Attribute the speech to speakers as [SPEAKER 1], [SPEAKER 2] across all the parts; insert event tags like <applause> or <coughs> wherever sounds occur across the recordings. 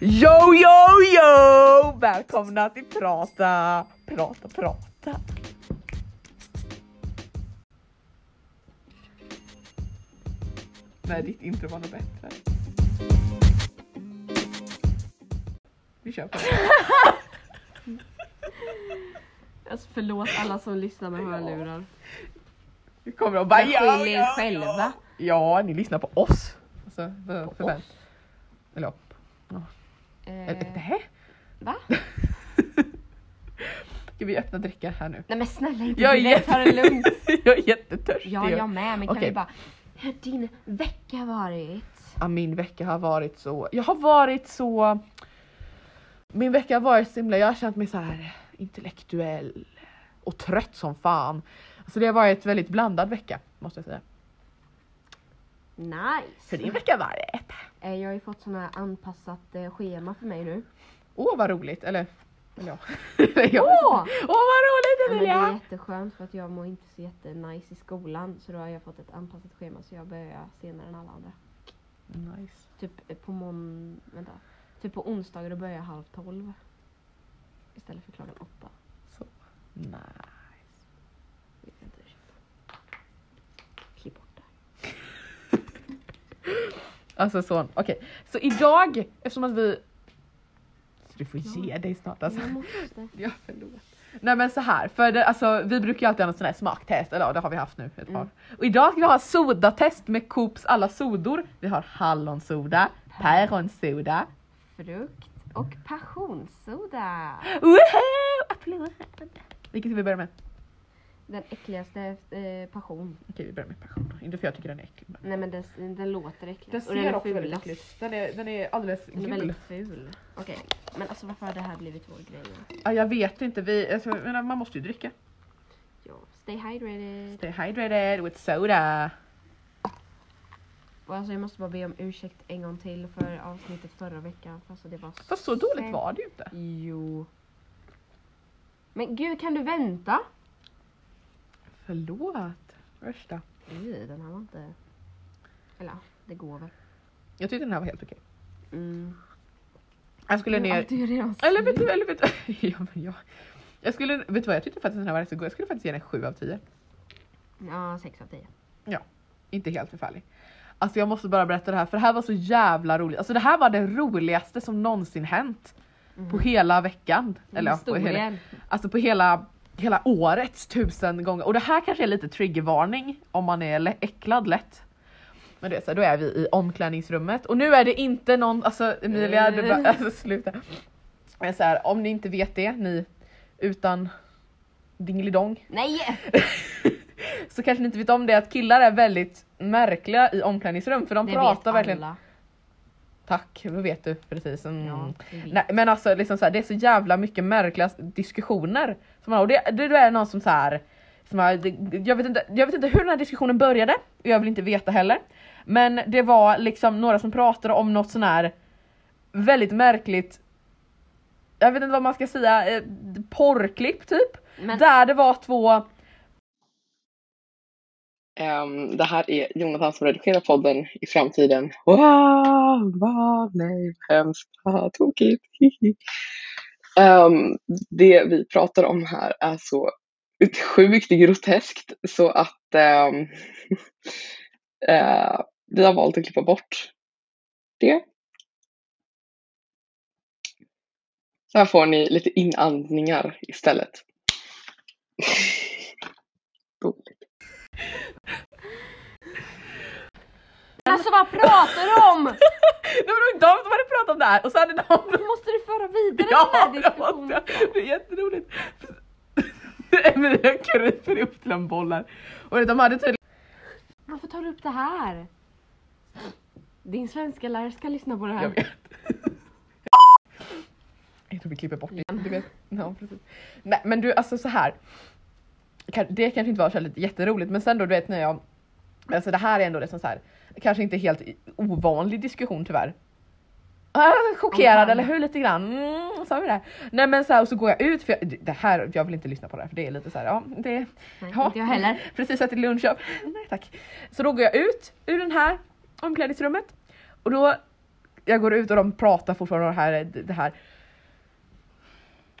[SPEAKER 1] Yo, yo, yo! Välkomna till Prata, prata, prata. Nej, ditt intro var nog bättre. Vi kör på det.
[SPEAKER 2] Alltså förlåt alla som lyssnar med hörlurar.
[SPEAKER 1] Vi kommer och bara
[SPEAKER 2] Jag
[SPEAKER 1] yo,
[SPEAKER 2] skyller
[SPEAKER 1] yo,
[SPEAKER 2] er
[SPEAKER 1] yo.
[SPEAKER 2] själva.
[SPEAKER 1] Ja, ni lyssnar på oss. Alltså, för, för vem?
[SPEAKER 2] oss?
[SPEAKER 1] Eller, eh.
[SPEAKER 2] Eh,
[SPEAKER 1] nej.
[SPEAKER 2] va?
[SPEAKER 1] <laughs> Ska vi öppna drickan här nu?
[SPEAKER 2] Nej men snälla inte
[SPEAKER 1] Jag är,
[SPEAKER 2] direkt, ta det <laughs> lugnt.
[SPEAKER 1] jätte- <laughs> jag är jättetörstig.
[SPEAKER 2] Ja jag med men kan
[SPEAKER 1] Okej.
[SPEAKER 2] vi bara, hur har din vecka varit?
[SPEAKER 1] Ja, min vecka har varit så... Jag har varit så... Min vecka har varit så himla... Jag har känt mig så här intellektuell och trött som fan. Så det har varit en väldigt blandad vecka, måste jag säga.
[SPEAKER 2] Nice!
[SPEAKER 1] Hur din vecka har varit?
[SPEAKER 2] Eh, jag har ju fått såna här anpassat eh, schema för mig nu.
[SPEAKER 1] Åh, vad roligt! Eller... eller ja. <laughs> Eller jag-
[SPEAKER 2] Åh!
[SPEAKER 1] Åh, vad
[SPEAKER 2] Ja,
[SPEAKER 1] roligt
[SPEAKER 2] men det är
[SPEAKER 1] Emilia!
[SPEAKER 2] jätteskönt för att jag mår inte så jättenice i skolan så då har jag fått ett anpassat schema så jag börjar senare än alla andra.
[SPEAKER 1] Nice.
[SPEAKER 2] Typ eh, på mån... vänta. Typ på onsdagar då börjar jag halv tolv. Istället för klockan åtta.
[SPEAKER 1] Nej.
[SPEAKER 2] Vet inte hur det känns. Klipp bort det.
[SPEAKER 1] Alltså så, okej. Så idag, eftersom att vi... Så du får ge dig snart alltså.
[SPEAKER 2] Jag måste.
[SPEAKER 1] <laughs> Ja, förlåt. Nej men så här, för det, alltså, vi brukar ju alltid ha något sån här smaktest, eller ja, det har vi haft nu ett par.
[SPEAKER 2] Mm.
[SPEAKER 1] Och idag ska vi ha sodatest med Coops alla sodor. Vi har hallonsoda, päronsoda,
[SPEAKER 2] Frukt och passionssoda.
[SPEAKER 1] woho! Applåd! Vilket ska vi börja med?
[SPEAKER 2] Den äckligaste eh, passion.
[SPEAKER 1] Okej vi börjar med passion. Inte för jag tycker den är äcklig. men-
[SPEAKER 2] Nej men den, den låter äckligt.
[SPEAKER 1] Den
[SPEAKER 2] Och den
[SPEAKER 1] ser
[SPEAKER 2] är
[SPEAKER 1] också väldigt
[SPEAKER 2] fulast.
[SPEAKER 1] äcklig ut. Den är, den är alldeles
[SPEAKER 2] Den är
[SPEAKER 1] gul.
[SPEAKER 2] väldigt ful. Okej, men alltså varför har det här blivit vår grej?
[SPEAKER 1] Ja, jag vet inte, vi, alltså, jag menar, man måste ju dricka.
[SPEAKER 2] Ja, stay hydrated.
[SPEAKER 1] Stay hydrated with soda.
[SPEAKER 2] Och alltså jag måste bara be om ursäkt en gång till för avsnittet förra veckan. För alltså det var
[SPEAKER 1] Fast så dåligt
[SPEAKER 2] sämst.
[SPEAKER 1] var det ju inte.
[SPEAKER 2] Jo. Men gud kan du vänta?
[SPEAKER 1] Förlåt. Värsta.
[SPEAKER 2] Nej, den här var inte... Eller ja, det går väl.
[SPEAKER 1] Jag tyckte den här var helt okej.
[SPEAKER 2] Mm.
[SPEAKER 1] Jag skulle ner
[SPEAKER 2] Allt är ju redan
[SPEAKER 1] Eller vet
[SPEAKER 2] slut.
[SPEAKER 1] du, eller vet du, <laughs> ja, men jag, jag skulle, vet du vad jag tyckte faktiskt den här var rätt så god. Jag skulle faktiskt ge den 7 av 10.
[SPEAKER 2] Ja, 6 av 10.
[SPEAKER 1] Inte helt förfärlig. Alltså jag måste bara berätta det här för det här var så jävla roligt. Alltså det här var det roligaste som någonsin hänt.
[SPEAKER 2] Mm.
[SPEAKER 1] På hela veckan. Eller ja, på hela,
[SPEAKER 2] Historien.
[SPEAKER 1] alltså på hela, hela årets tusen gånger. Och det här kanske är lite triggervarning om man är lä- äcklad lätt. Men det är så här, då är vi i omklädningsrummet och nu är det inte någon, alltså Emilia, du
[SPEAKER 2] Eh.
[SPEAKER 1] bara, alltså sluta. Men så här, om ni inte vet det, ni utan dingelidong,
[SPEAKER 2] Nej!
[SPEAKER 1] så kanske ni inte vet om det att killar är väldigt märkliga i omklädningsrum för de
[SPEAKER 2] det vet
[SPEAKER 1] pratar
[SPEAKER 2] alla.
[SPEAKER 1] verkligen. Tack, då vet du precis. Mm.
[SPEAKER 2] Ja, det vet.
[SPEAKER 1] Nej, men alltså liksom så här, det är så jävla mycket märkliga diskussioner. Som man har. Och det, det, det är någon som så här, som har, det, jag, vet inte, jag vet inte hur den här diskussionen började och jag vill inte veta heller. Men det var liksom några som pratade om något sån här väldigt märkligt jag vet inte vad man ska säga, eh, porrklipp typ.
[SPEAKER 2] Men
[SPEAKER 1] Där det var två <laughs>
[SPEAKER 3] Ehm, det här är Jonathan som redigerar podden i framtiden. Wow, wow, nej, vad hemskt, haha, tokigt. <laughs> hihi. Ehm, det vi pratar om här är så sjukt groteskt så att ehm, <laughs> eh, vi har valt att klippa bort det. Så här får ni lite inandningar istället.
[SPEAKER 2] alltså vad pratar du
[SPEAKER 1] <laughs>
[SPEAKER 2] om?
[SPEAKER 1] det var nog de som hade pratat om det här och så hade de
[SPEAKER 2] Då måste du föra vidare
[SPEAKER 1] Ja,
[SPEAKER 2] den här
[SPEAKER 1] det var
[SPEAKER 2] diskussionen.
[SPEAKER 1] det. Det är jätteroligt. Emilia kryper ihop till en boll här. Och de hade tydligen...
[SPEAKER 2] Varför tar du upp det här? Din svenska lärare ska lyssna på det
[SPEAKER 1] Jag
[SPEAKER 2] här.
[SPEAKER 1] vet. <laughs> Jag tror vi klipper bort det. Du vet. Ja, precis. Nej men du alltså så här. Kan- Det kanske inte var så här lite jätteroligt men sen då du vet när jag... Alltså det här är ändå det som så här, kanske inte helt i- ovanlig diskussion tyvärr. Ah, chockerad
[SPEAKER 2] Om-
[SPEAKER 1] eller hur lite grann. Mm, sa vi det? Nej men så här, och så går jag ut för jag, det här, jag vill inte lyssna på det här för det är lite så här, ja det,
[SPEAKER 2] Nej,
[SPEAKER 1] Ja.
[SPEAKER 2] inte jag heller.
[SPEAKER 1] <laughs> Precis ätit lunchköp. Nej tack. Så då går jag ut ur den här omklädningsrummet och då jag går ut och de pratar fortfarande om det här. Det här.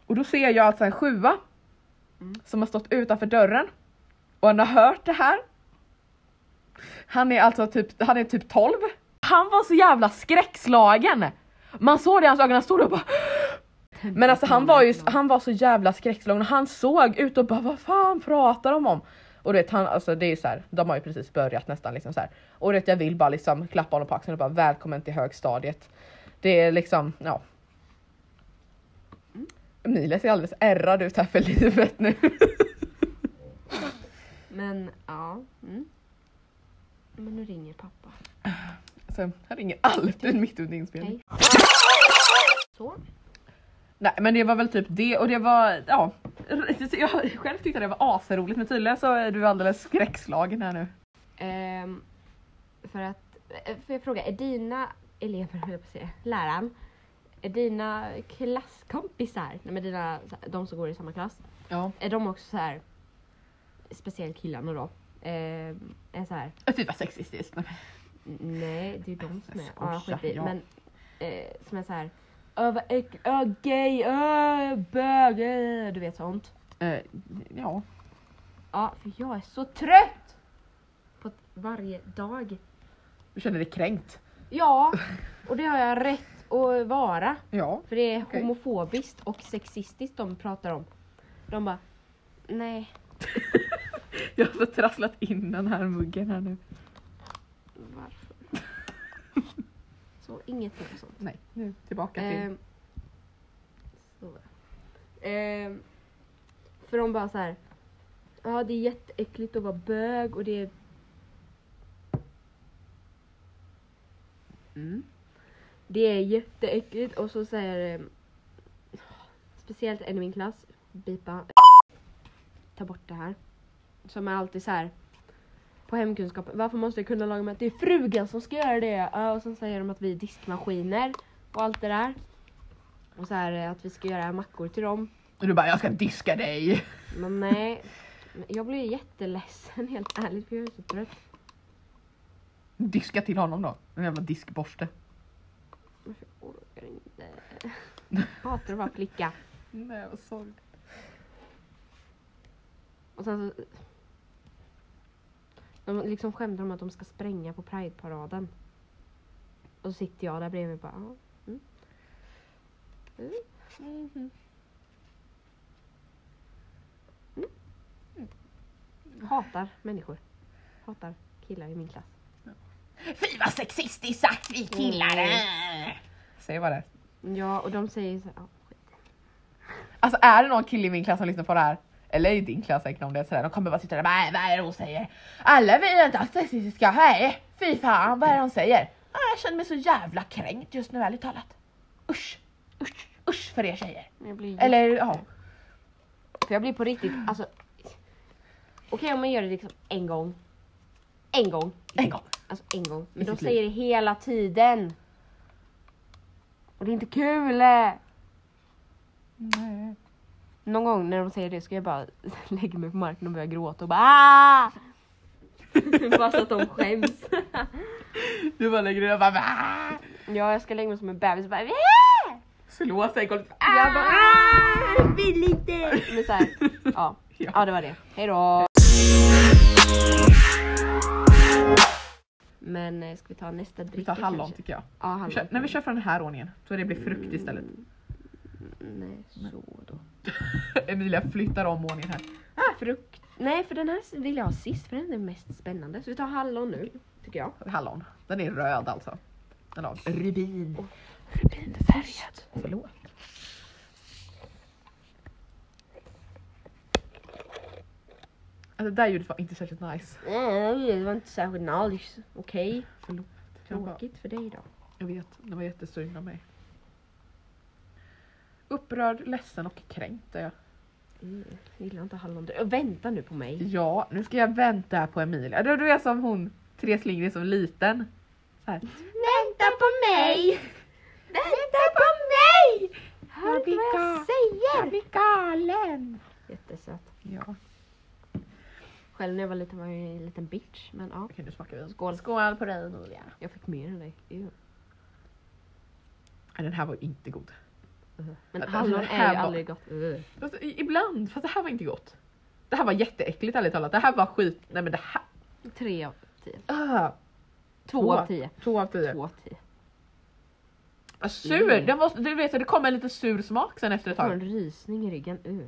[SPEAKER 1] Och då ser jag alltså en sjua
[SPEAKER 2] Mm.
[SPEAKER 1] som har stått utanför dörren och han har hört det här. Han är alltså typ, han är typ 12. Han var så jävla skräckslagen. Man såg det i hans ögon, han stod där och bara men alltså han var ju han var så jävla skräckslagen och han såg ut och bara vad fan pratar de om? Och du vet, han, alltså det är så här, de har ju precis börjat nästan liksom så här. Och du vet, jag vill bara liksom klappa honom på axeln och bara välkommen till högstadiet. Det är liksom, ja. Emilia ser alldeles ärrad ut här för livet nu. <laughs>
[SPEAKER 2] Men ja. Mm. Men nu ringer pappa.
[SPEAKER 1] Så han ringer alltid mitt under inspelning.
[SPEAKER 2] Hej. Så.
[SPEAKER 1] Nej men det var väl typ det och det var, ja. Jag själv tyckte det var asroligt men tydligen så är du alldeles skräckslagen här nu.
[SPEAKER 2] Ehm, för att, eh, får jag fråga, är dina elever, <laughs> höll jag på att säga, läraren, är dina klasskompisar, nej men dina, de som går i samma klass,
[SPEAKER 1] Ja.
[SPEAKER 2] är de också så här speciellt killarna då? Ehm, är så här,
[SPEAKER 1] Äh, Fy vad sexistiskt. Nej, men-
[SPEAKER 2] n- nej det är ju de som är,
[SPEAKER 1] Jag
[SPEAKER 2] ja
[SPEAKER 1] skojar,
[SPEAKER 2] skit i,
[SPEAKER 1] ja.
[SPEAKER 2] men eh, som är så här, öh vad äck- öh gay, öh bög, öh", du vet sånt.
[SPEAKER 1] Eh, ja.
[SPEAKER 2] Ja, för jag är så trött! På att varje dag
[SPEAKER 1] Du känner dig kränkt?
[SPEAKER 2] Ja, och det har jag rätt att vara.
[SPEAKER 1] Ja.
[SPEAKER 2] För det är
[SPEAKER 1] Okej.
[SPEAKER 2] homofobiskt och sexistiskt de pratar om. De bara, nej,
[SPEAKER 1] Jag har så trasslat in den här muggen här nu. <laughs>
[SPEAKER 2] varför? så inget mer sånt.
[SPEAKER 1] Nej, nu tillbaka till...
[SPEAKER 2] Ehm, så. Ehm, för de bara så här, ja det är jätteäckligt att vara bög och det är
[SPEAKER 1] Mm.
[SPEAKER 2] Det är jätteäckligt och så säger eh, Speciellt en i min klass, Bipa Ta bort det här Som är alltid så här På hemkunskapen, varför måste jag kunna laga mat? Det är frugan som ska göra det! Ja, och sen säger de att vi är diskmaskiner och allt det där Och så här eh, att vi ska göra mackor till dem
[SPEAKER 1] Och du bara, jag ska diska dig!
[SPEAKER 2] Men nej Men Jag blir jätteledsen <laughs> helt ärligt för jag är så trött
[SPEAKER 1] Diska till honom då. En jävla diskborste.
[SPEAKER 2] Varför orkar jag inte? Hatar att vara flicka
[SPEAKER 1] Nej, vad sorgligt.
[SPEAKER 2] Och sen så... De liksom skämtar om att de ska spränga på Pride-paraden. Och så sitter jag där bredvid och bara... "Ja, Mm. Mm. Mm. Hatar människor. Hatar killar i min klass.
[SPEAKER 1] Fy vad sexistiskt sagt vi killar är! Säg vad det är.
[SPEAKER 2] Ja, och de säger så här... "Ja,
[SPEAKER 1] Alltså är det någon kille i min klass som lyssnar på det här? Eller i din klass säkert om det är sådär. De kommer bara sitta där och bara, "Äh, vad är det hon säger? Alla vi är inte alls sexistiska, hej! Fy fan vad är det hon säger? Ah, jag känner mig så jävla kränkt just nu ärligt talat. Usch! Usch! Usch för er tjejer!
[SPEAKER 2] Jag blir
[SPEAKER 1] Eller ja.
[SPEAKER 2] För jag blir på riktigt, alltså... Okej om man gör det liksom en gång. En gång.
[SPEAKER 1] En gång.
[SPEAKER 2] Alltså en gång. Men de
[SPEAKER 1] sitt liv.
[SPEAKER 2] säger det hela tiden. Och det är inte kul! eh.
[SPEAKER 1] Nej.
[SPEAKER 2] Någon gång när de säger det ska jag bara <laughs> lägga mig på marken och börja gråta och bara
[SPEAKER 1] <laughs>
[SPEAKER 2] "Ah!" Bara så att de skäms. <laughs>
[SPEAKER 1] Du bara lägger dig och bara "Va?"
[SPEAKER 2] ja, jag ska lägga mig som en bebis och bara "Ah!"
[SPEAKER 1] slå sig i golvet.
[SPEAKER 2] Jag bara "Ah, vill inte! Men
[SPEAKER 1] <laughs>
[SPEAKER 2] så här, ja.
[SPEAKER 1] Ja.
[SPEAKER 2] ja, det var det. Hejdå! Men eh, ska vi ta nästa
[SPEAKER 1] Vi
[SPEAKER 2] dricka
[SPEAKER 1] tar hallon
[SPEAKER 2] kanske?
[SPEAKER 1] tycker jag.
[SPEAKER 2] Ja, hallon.
[SPEAKER 1] Vi kör, nej vi kör från den här ordningen. Så det blir frukt istället. <laughs>
[SPEAKER 2] Nej, så då.
[SPEAKER 1] Emilia flyttar om ordningen här.
[SPEAKER 2] Frukt. Nej, för den här vill jag ha sist för den är mest spännande. Så vi tar hallon nu, tycker jag.
[SPEAKER 1] Hallon. Den är röd alltså. Den har rubin.
[SPEAKER 2] Vinfärgad.
[SPEAKER 1] Förlåt. Alltså det där ljudet var inte särskilt nice.
[SPEAKER 2] Nej, det var inte särskilt nice. Okej.
[SPEAKER 1] Förlåt. Jag, bara,
[SPEAKER 2] Tråkigt för dig då.
[SPEAKER 1] jag vet, det var jättesynd av mig. Upprörd, ledsen och kränkt är jag.
[SPEAKER 2] Mm, jag gillar inte hallon. Ö, Vänta nu på mig.
[SPEAKER 1] Ja, nu ska jag vänta på Emilia. Du, du är som hon, Therese Lindgren som liten. Så här.
[SPEAKER 2] Vänta på mig! Vänta på mig!
[SPEAKER 1] Jag blir ga-
[SPEAKER 2] säger?
[SPEAKER 1] blir galen!
[SPEAKER 2] Jättesöt.
[SPEAKER 1] Ja,
[SPEAKER 2] Själv när jag var liten var jag ju en liten bitch. Men ja,
[SPEAKER 1] okej nu smakar vi.
[SPEAKER 2] Skål.
[SPEAKER 1] Skål på dig Emilia.
[SPEAKER 2] jag fick mer än dig. Ew.
[SPEAKER 1] Nej, den här var ju inte god.
[SPEAKER 2] Men
[SPEAKER 1] Alltså,
[SPEAKER 2] hallon
[SPEAKER 1] det
[SPEAKER 2] är
[SPEAKER 1] här
[SPEAKER 2] ju
[SPEAKER 1] var-
[SPEAKER 2] aldrig gott. Ugh.
[SPEAKER 1] Fast, i- ibland, fast det här var inte gott. Det här var jätteäckligt ärligt talat. Det här var skit. Nej men det här.
[SPEAKER 2] Tre av tio.
[SPEAKER 1] Ah,
[SPEAKER 2] Två,
[SPEAKER 1] Två.
[SPEAKER 2] av tio.
[SPEAKER 1] två av tio.
[SPEAKER 2] Två av tio.
[SPEAKER 1] Vad sur!
[SPEAKER 2] Mm.
[SPEAKER 1] Den var, du vet, det kom en lite sur smak sen efter ett
[SPEAKER 2] Jag får en
[SPEAKER 1] tag.
[SPEAKER 2] rysning i ryggen. Ugh.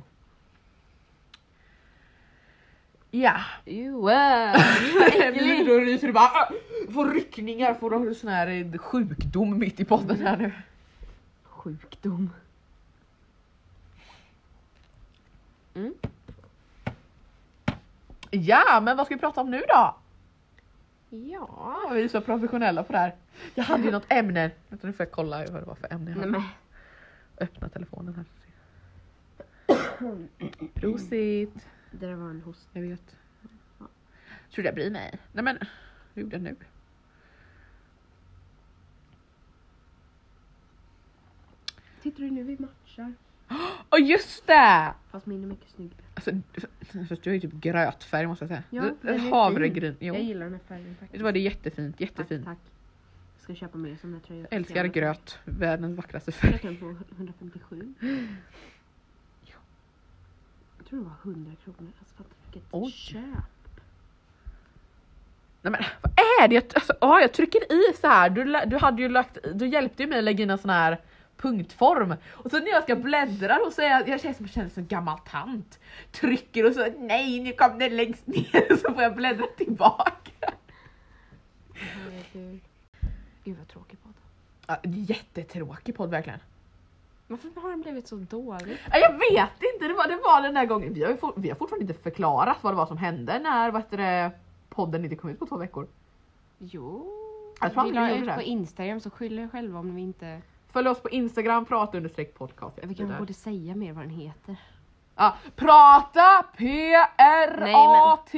[SPEAKER 1] Ja.
[SPEAKER 2] <laughs> Ew, vad äckligt.
[SPEAKER 1] Då ryser du bara. "Ah!" Får ryckningar, får du sån här eh, sjukdom mitt i podden här nu.
[SPEAKER 2] Sjukdom.
[SPEAKER 1] Ja, men vad ska vi prata om nu då?
[SPEAKER 2] Ja.
[SPEAKER 1] Ja, vi är så professionella på det här. Jag hade ju något ämne. Vänta nu får jag kolla vad det var för ämne jag
[SPEAKER 2] Nej,
[SPEAKER 1] hade.
[SPEAKER 2] men.
[SPEAKER 1] Öppna telefonen här. Prosit.
[SPEAKER 2] Det där var en host.
[SPEAKER 1] Jag vet. Tror du jag bryr mig? Nej men, hur gjorde jag nu?
[SPEAKER 2] Tittar du nu vi matchar?
[SPEAKER 1] Åh just det!
[SPEAKER 2] Fast min är mycket snygg.
[SPEAKER 1] Alltså, du- du har ju typ grötfärg måste jag säga.
[SPEAKER 2] Ja,
[SPEAKER 1] Du-
[SPEAKER 2] den är fin.
[SPEAKER 1] Havregryn. Jo.
[SPEAKER 2] Jag gillar den här färgen
[SPEAKER 1] Vet
[SPEAKER 2] faktiskt.
[SPEAKER 1] du vad, det är jättefint,
[SPEAKER 2] Tack,
[SPEAKER 1] jättefint.
[SPEAKER 2] tack. Jag ska köpa mer sådana tröjor.
[SPEAKER 1] Jag älskar gröt, världens vackraste
[SPEAKER 2] Jag
[SPEAKER 1] färg.
[SPEAKER 2] köpte den på
[SPEAKER 1] <gasps>
[SPEAKER 2] 157. Jag tror det var 100 kronor. Alltså fatta vilket
[SPEAKER 1] Oj.
[SPEAKER 2] köp.
[SPEAKER 1] Nej men vad är det? Jag, alltså, ja, jag trycker i så här. Du, lä- du, hade ju lagt, du hjälpte ju mig att lägga in en sån här punktform. Och så när jag ska bläddra och så är jag, jag känner som, jag känner som en gammal tant. Trycker och så nej nu kom den längst ner <laughs> så får jag bläddra tillbaka.
[SPEAKER 2] Herregud. Gud vad tråkig podd.
[SPEAKER 1] Ja, jättetråkig podd verkligen.
[SPEAKER 2] Varför har den blivit så dålig?
[SPEAKER 1] Ja, Jag vet inte, det var, det var den där gången. Vi har, ju for, vi har fortfarande inte förklarat vad det var som hände när vad heter det, podden inte kom ut på två veckor.
[SPEAKER 2] Jo.
[SPEAKER 1] Jag tror
[SPEAKER 2] vi
[SPEAKER 1] aldrig jag
[SPEAKER 2] la ut
[SPEAKER 1] gjorde det.
[SPEAKER 2] på Instagram så skyller jag själva om vi inte...
[SPEAKER 1] Följ oss på Instagram, prata understreck podcast.
[SPEAKER 2] Vi
[SPEAKER 1] Det
[SPEAKER 2] kanske
[SPEAKER 1] där.
[SPEAKER 2] borde säga mer vad den heter.
[SPEAKER 1] Ja, prata P R
[SPEAKER 2] Nej, men-
[SPEAKER 1] A T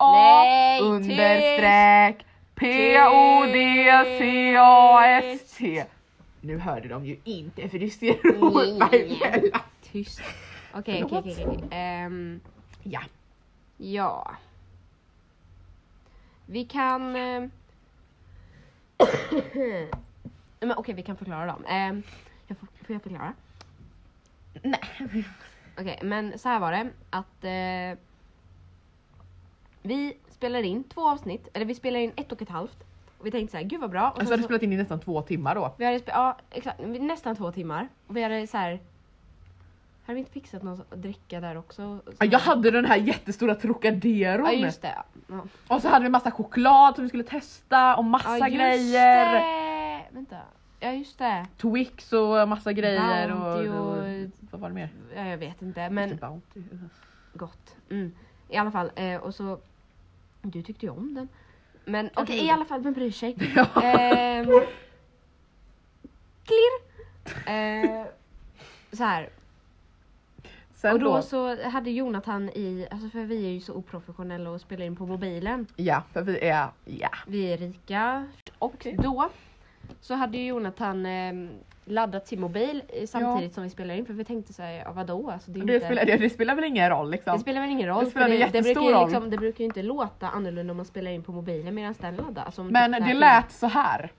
[SPEAKER 2] Nej,
[SPEAKER 1] A understreck P O D C A S T. Nu hörde de ju inte för du ser
[SPEAKER 2] nej, nej.
[SPEAKER 1] hur
[SPEAKER 2] Tyst. Okej, okej,
[SPEAKER 1] Förlåt.
[SPEAKER 2] okej, okej. Ehm,
[SPEAKER 1] Ja,
[SPEAKER 2] Ja. Vi kan... ehm, <coughs> Men okej, vi kan förklara dem. Ehm, jag får, får jag förklara?
[SPEAKER 1] nej.
[SPEAKER 2] Okej, men så här var det att eh, vi spelade in två avsnitt, eller vi spelade in ett och ett halvt. Och vi tänkte så här, gud vad bra. Och
[SPEAKER 1] Alltså
[SPEAKER 2] sen
[SPEAKER 1] hade du
[SPEAKER 2] så-
[SPEAKER 1] spelat in i nästan två timmar då.
[SPEAKER 2] Vi hade spe- ja, exakt, vi- nästan två timmar. Och vi hade så här. Hade vi inte fixat någon så- dricka där också?
[SPEAKER 1] Ja, Jag hade den här jättestora
[SPEAKER 2] Ja
[SPEAKER 1] trocaderon
[SPEAKER 2] just det. ja. Ja.
[SPEAKER 1] och så hade vi massa choklad som vi skulle testa och massa
[SPEAKER 2] ja, just
[SPEAKER 1] grejer.
[SPEAKER 2] Det. Vänta. Ja just det.
[SPEAKER 1] Twix och massa grejer
[SPEAKER 2] Bounty
[SPEAKER 1] och, och,
[SPEAKER 2] och-
[SPEAKER 1] vad var det mer?
[SPEAKER 2] Ja, jag vet inte
[SPEAKER 1] Just
[SPEAKER 2] men
[SPEAKER 1] det, Bounty.
[SPEAKER 2] gott. Mm. I alla fall eh, och så. Du tyckte ju om den. Men okej
[SPEAKER 1] gjorde.
[SPEAKER 2] i alla fall, vem bryr sig?
[SPEAKER 1] Ja.
[SPEAKER 2] Ehm, Klirr! Eh, så här.
[SPEAKER 1] <laughs> Sen
[SPEAKER 2] Och då så hade Jonathan i, alltså för vi är ju så oprofessionella och spelar in på mobilen.
[SPEAKER 1] Ja, för vi är... Ja.
[SPEAKER 2] Vi är rika. Och
[SPEAKER 1] Okej.
[SPEAKER 2] då så hade ju Jonathan eh, laddat sin mobil eh, samtidigt som vi spelade in för vi tänkte såhär, ja vadå? Alltså, det, är ju
[SPEAKER 1] Det
[SPEAKER 2] inte,
[SPEAKER 1] spelar, det, det spelar väl ingen roll liksom.
[SPEAKER 2] det spelar väl ingen roll?
[SPEAKER 1] Det spelar
[SPEAKER 2] för
[SPEAKER 1] en
[SPEAKER 2] det, det, brukar
[SPEAKER 1] jättestor
[SPEAKER 2] ju
[SPEAKER 1] roll.
[SPEAKER 2] liksom, det brukar ju inte låta annorlunda om man spelar in på mobilen medan den laddar. Alltså, om
[SPEAKER 1] Men
[SPEAKER 2] typ
[SPEAKER 1] det
[SPEAKER 2] så här-
[SPEAKER 1] lät så här.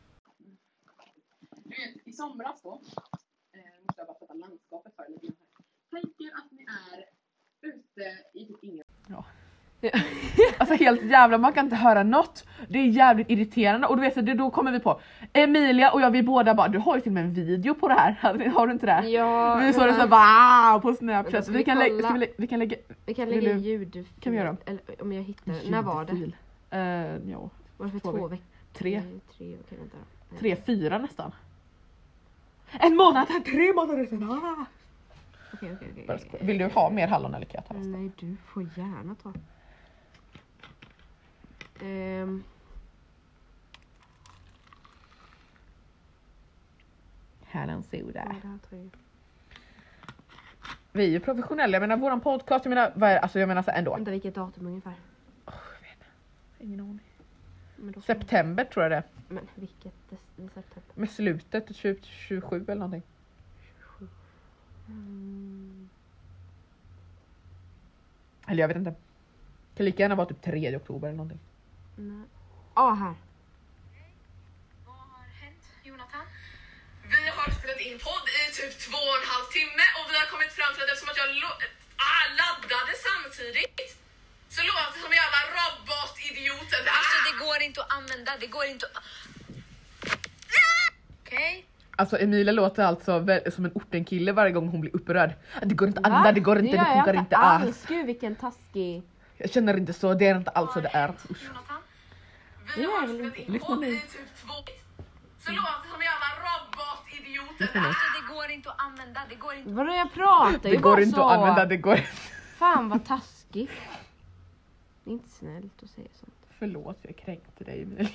[SPEAKER 4] Du vet, Mm. I somras då, eh, måste jag bara fatta landskapet för lite grann här. Tänk er att ni är ute i typ ingen...
[SPEAKER 1] <laughs> Alltså helt jävla, man kan inte höra något. Det är jävligt irriterande och du vet så det, då kommer vi på Emilia och jag vi båda bara du har ju till och med en video på det här, <laughs> Hade ni- har du inte det?
[SPEAKER 2] Ja,
[SPEAKER 1] Vi såg det
[SPEAKER 2] men-
[SPEAKER 1] såhär bara "Ah", på
[SPEAKER 2] Men då
[SPEAKER 1] snapchat.
[SPEAKER 2] ska
[SPEAKER 1] Vi
[SPEAKER 2] vi
[SPEAKER 1] kan, lä-
[SPEAKER 2] kolla.
[SPEAKER 1] ska vi, lä- vi kan lägga...
[SPEAKER 2] Vi kan
[SPEAKER 1] Vill
[SPEAKER 2] lägga i
[SPEAKER 1] du-
[SPEAKER 2] ljud.
[SPEAKER 1] kan vi göra?
[SPEAKER 2] Eller om jag hittar. När var det?
[SPEAKER 1] Ljudfil. Eh, ja,
[SPEAKER 2] Var det för
[SPEAKER 1] Två
[SPEAKER 2] två,
[SPEAKER 1] veckor.
[SPEAKER 2] veckor?
[SPEAKER 1] tre,
[SPEAKER 2] Nej, tre okej, vänta då.
[SPEAKER 1] tre, fyra nästan. En månad, tre månader sedan! Ah!
[SPEAKER 2] Okej, okej, okej,
[SPEAKER 1] Bara
[SPEAKER 2] okej.
[SPEAKER 1] skoja. Vill du ha mer hallon eller kött? här?
[SPEAKER 2] Mm, Nej, du får gärna ta. Ehm.
[SPEAKER 1] Hallonsoda.
[SPEAKER 2] Ja, det här tar ju-
[SPEAKER 1] Mm. Vi är ju professionella, jag menar våran podcast, jag menar, vad är, alltså, jag menar så här ändå.
[SPEAKER 2] Vänta, vilket datum ungefär?
[SPEAKER 1] Ingen aning.
[SPEAKER 2] Men, då,
[SPEAKER 1] September tror jag det är.
[SPEAKER 2] men vilket des- i september?
[SPEAKER 1] med slutet 2027 eller någonting.
[SPEAKER 2] Mm.
[SPEAKER 1] Eller jag vet inte. Kan lika gärna vara typ 3 oktober eller någonting.
[SPEAKER 2] Mm, Nej. Ja, här.
[SPEAKER 4] Vad har hänt Jonathan? Vi har spelat in podd i typ två och en halv timme och vi har kommit fram till att eftersom att jag lo- ah, laddade samtidigt så låter det som en jävla robotidiot.
[SPEAKER 1] Ah!
[SPEAKER 5] Alltså det går inte att använda, det går inte att... Okej?
[SPEAKER 1] Alltså Emilia låter alltså vä- som en ortenkille varje gång hon blir upprörd. Det går inte att använda,
[SPEAKER 2] Va?
[SPEAKER 1] det går inte, det,
[SPEAKER 2] gör jag
[SPEAKER 1] funkar inte Ah. alls.
[SPEAKER 2] Gud vilken taskig.
[SPEAKER 1] Jag känner inte så, det är inte alls så det är. Usch.
[SPEAKER 5] Jonathan?
[SPEAKER 4] Vi
[SPEAKER 2] Det
[SPEAKER 4] har
[SPEAKER 2] är väl
[SPEAKER 4] spelat in
[SPEAKER 1] Lyssna
[SPEAKER 4] podd
[SPEAKER 1] nu.
[SPEAKER 4] i typ två så låter det som en jävla robotidiot.
[SPEAKER 1] Lyssna nu.
[SPEAKER 5] Alltså det går inte att använda, det går inte...
[SPEAKER 2] Vadå jag pratar ju
[SPEAKER 1] Det går
[SPEAKER 2] bara
[SPEAKER 1] inte
[SPEAKER 2] så.
[SPEAKER 1] att använda, det går
[SPEAKER 2] Fan vad taskigt. Det är inte snällt att säga sånt.
[SPEAKER 1] Förlåt, jag kränkte dig Emilia.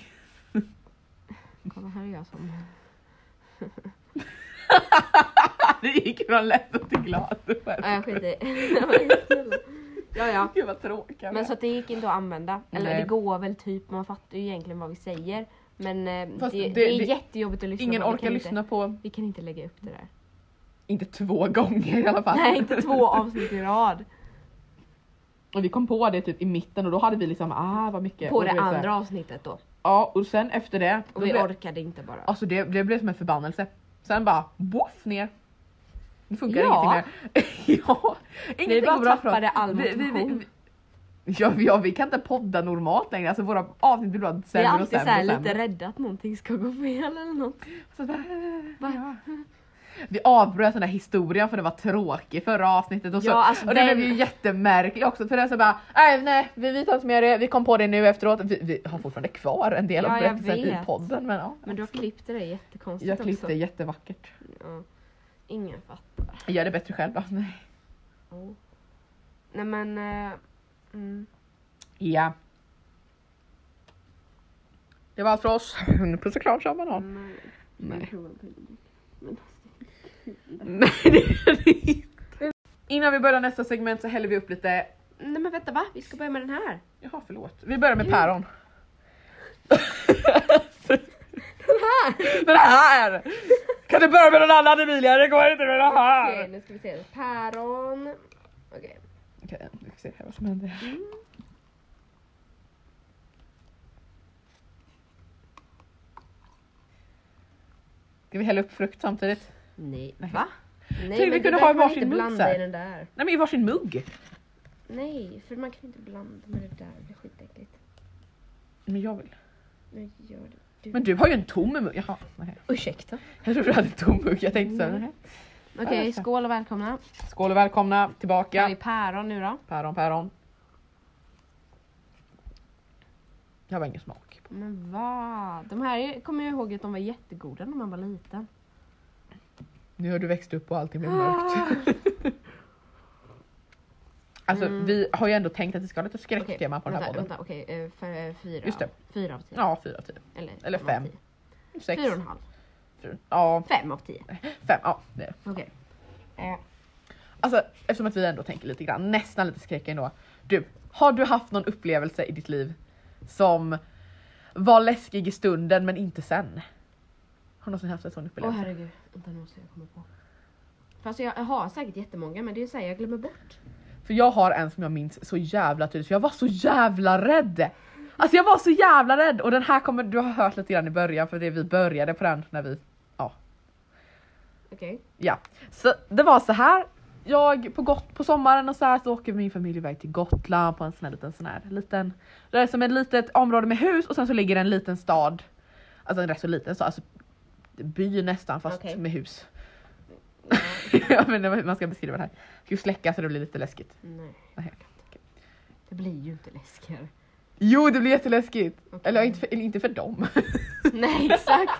[SPEAKER 1] <laughs>
[SPEAKER 2] Kolla här är jag som...
[SPEAKER 1] Det gick från ledsen till glad.
[SPEAKER 2] Ja
[SPEAKER 1] Mm.
[SPEAKER 2] <laughs> jag skiter i. Ja ja.
[SPEAKER 1] Gud vad tråkiga
[SPEAKER 2] Men så att det gick inte att använda. Eller
[SPEAKER 1] Nej.
[SPEAKER 2] det går väl typ, man fattar ju egentligen vad vi säger. Men eh,
[SPEAKER 1] Fast
[SPEAKER 2] det,
[SPEAKER 1] det-
[SPEAKER 2] det,
[SPEAKER 1] det-
[SPEAKER 2] är jättejobbigt att lyssna
[SPEAKER 1] Ingen
[SPEAKER 2] på. Vi
[SPEAKER 1] orkar
[SPEAKER 2] kan
[SPEAKER 1] lyssna
[SPEAKER 2] Inte,
[SPEAKER 1] på,
[SPEAKER 2] vi kan inte lägga upp det där.
[SPEAKER 1] inte två gånger i alla fall.
[SPEAKER 2] Nej, inte två avsnitt i rad.
[SPEAKER 1] <laughs> Och vi kom på det typ i mitten och då hade vi liksom ah vad mycket.
[SPEAKER 2] På
[SPEAKER 1] och
[SPEAKER 2] det
[SPEAKER 1] vi så här-
[SPEAKER 2] andra avsnittet då.
[SPEAKER 1] Ja och sen efter det. då
[SPEAKER 2] Och vi
[SPEAKER 1] blev-
[SPEAKER 2] orkade inte bara.
[SPEAKER 1] Alltså det, det blev som en förbannelse. Sen bara boff ner. Det funkar
[SPEAKER 2] Ja.
[SPEAKER 1] ingenting mer. <laughs> ja, ingenting
[SPEAKER 2] bara
[SPEAKER 1] går bra för oss.
[SPEAKER 2] tappade all motivation.
[SPEAKER 1] ja, vi- ja, vi kan inte podda normalt längre. Alltså våra avsnitt blir bara
[SPEAKER 2] Vi är
[SPEAKER 1] sämre och
[SPEAKER 2] alltid
[SPEAKER 1] sämre.
[SPEAKER 2] så här
[SPEAKER 1] och sämre.
[SPEAKER 2] lite rädda att någonting ska gå fel eller något.
[SPEAKER 1] Så bara, ja. Vi avbröt den där historien för det var tråkigt förra avsnittet och, så.
[SPEAKER 2] Ja, alltså
[SPEAKER 1] och det
[SPEAKER 2] den-
[SPEAKER 1] blev ju jättemärkligt också för det är så bara nej, nej vi, vi tar inte med det, vi kom på det nu efteråt. Vi, vi har fortfarande kvar en del av
[SPEAKER 2] Ja, jag
[SPEAKER 1] berättelsen i
[SPEAKER 2] vet.
[SPEAKER 1] podden men ja.
[SPEAKER 2] Men du har klippt det där jättekonstigt
[SPEAKER 1] Jag klippte
[SPEAKER 2] också.
[SPEAKER 1] jättevackert.
[SPEAKER 2] Ja. Ingen fattar.
[SPEAKER 1] Jag gör det bättre själv då. Nej.
[SPEAKER 2] Oh. Nej men... eh, mm.
[SPEAKER 1] Ja. Det var allt för oss. Puss och kram kör man om.
[SPEAKER 2] Men- eh,
[SPEAKER 1] Nej.
[SPEAKER 2] Men-
[SPEAKER 1] Nej <laughs> det är det inte. Innan vi börjar nästa segment så häller vi upp lite
[SPEAKER 2] Nej men vänta va? Vi ska börja med den här.
[SPEAKER 1] Jaha förlåt. Vi börjar med päron. den här! Den här! Kan du börja med någon annan Emilia? Det går inte med den här!
[SPEAKER 2] Okej, nu ska vi se. Päron. Okej.
[SPEAKER 1] Okej, Mm. vi får se här vad som händer. Ska vi hälla upp frukt samtidigt?
[SPEAKER 2] Nej.
[SPEAKER 1] Nej.
[SPEAKER 2] Va? Nej,
[SPEAKER 1] vi
[SPEAKER 2] men
[SPEAKER 1] kunde
[SPEAKER 2] då
[SPEAKER 1] ha
[SPEAKER 2] behöver man
[SPEAKER 1] varsin
[SPEAKER 2] inte
[SPEAKER 1] mugg
[SPEAKER 2] blanda
[SPEAKER 1] så här.
[SPEAKER 2] i den där.
[SPEAKER 1] Nej men i varsin mugg!
[SPEAKER 2] Nej, för man kan inte blanda med det där. Det blir skitäckligt.
[SPEAKER 1] Men jag vill.
[SPEAKER 2] Nu gör det. Du.
[SPEAKER 1] Men du har ju en tom mugg. Jaha, nej.
[SPEAKER 2] Ursäkta.
[SPEAKER 1] Jag trodde du hade en tom mugg. Jag tänkte så.
[SPEAKER 2] Nej.
[SPEAKER 1] nej.
[SPEAKER 2] Okej,
[SPEAKER 1] Ja, så.
[SPEAKER 2] skål och välkomna.
[SPEAKER 1] Skål och välkomna
[SPEAKER 2] Ja. Har vi
[SPEAKER 1] tillbaka.
[SPEAKER 2] päron nu då?
[SPEAKER 1] Päron, päron. Jag har ingen smak.
[SPEAKER 2] Men va? De här är- kommer jag ihåg att de var jättegoda när man var liten.
[SPEAKER 1] Nu har du växt upp och allting <gasps> blir mörkt. alltså
[SPEAKER 2] Mm.
[SPEAKER 1] vi har ju ändå tänkt att vi ska ha lite
[SPEAKER 2] Okej,
[SPEAKER 1] skräcktema på den här
[SPEAKER 2] vänta,
[SPEAKER 1] podden.
[SPEAKER 2] vänta, okej. eh, för, eh, fyra.
[SPEAKER 1] Just det.
[SPEAKER 2] Fyra av tio.
[SPEAKER 1] Ja, fyra av tio.
[SPEAKER 2] Eller,
[SPEAKER 1] eller
[SPEAKER 2] fem.
[SPEAKER 1] fem.
[SPEAKER 2] Av tio.
[SPEAKER 1] Sex.
[SPEAKER 2] Fyra och en halv.
[SPEAKER 1] Fyra. Ja,
[SPEAKER 2] Fem av tio.
[SPEAKER 1] fem. Ja, det. är det.
[SPEAKER 2] Okej. Eh,
[SPEAKER 1] Alltså eftersom att vi ändå tänker lite grann, nästan lite skräck ändå. Du, har du haft någon upplevelse i ditt liv som var läskig i stunden men inte sen? Har du någonsin haft en sån
[SPEAKER 2] Åh
[SPEAKER 1] upplevelse?
[SPEAKER 2] herregud, vänta nu måste jag komma på. Fast jag har säkert jättemånga men det är så här, jag glömmer bort.
[SPEAKER 1] För jag har en som jag minns så jävla tydligt, för jag var så jävla rädd. Alltså jag var så jävla rädd och den här kommer du har hört lite grann i början för det vi började på den när vi,
[SPEAKER 2] Okej.
[SPEAKER 1] ja. Så det var så här. Jag på, got- på sommaren och så här så åker min familj iväg till Gotland på en sån här liten sån här liten. Det är som ett litet område med hus och sen så ligger det en liten stad. Alltså en rätt så liten stad, alltså by nästan fast
[SPEAKER 2] Okej.
[SPEAKER 1] med hus. <laughs> jag vet inte hur man ska beskriva det här. Ska ju släcka så det blir lite läskigt.
[SPEAKER 2] Nej.
[SPEAKER 1] Nej.
[SPEAKER 2] Det blir ju inte läskigare.
[SPEAKER 1] Jo det blir jätteläskigt!
[SPEAKER 2] Okej.
[SPEAKER 1] Eller inte för, eller inte för
[SPEAKER 2] <laughs>
[SPEAKER 1] dem.
[SPEAKER 2] Nej exakt.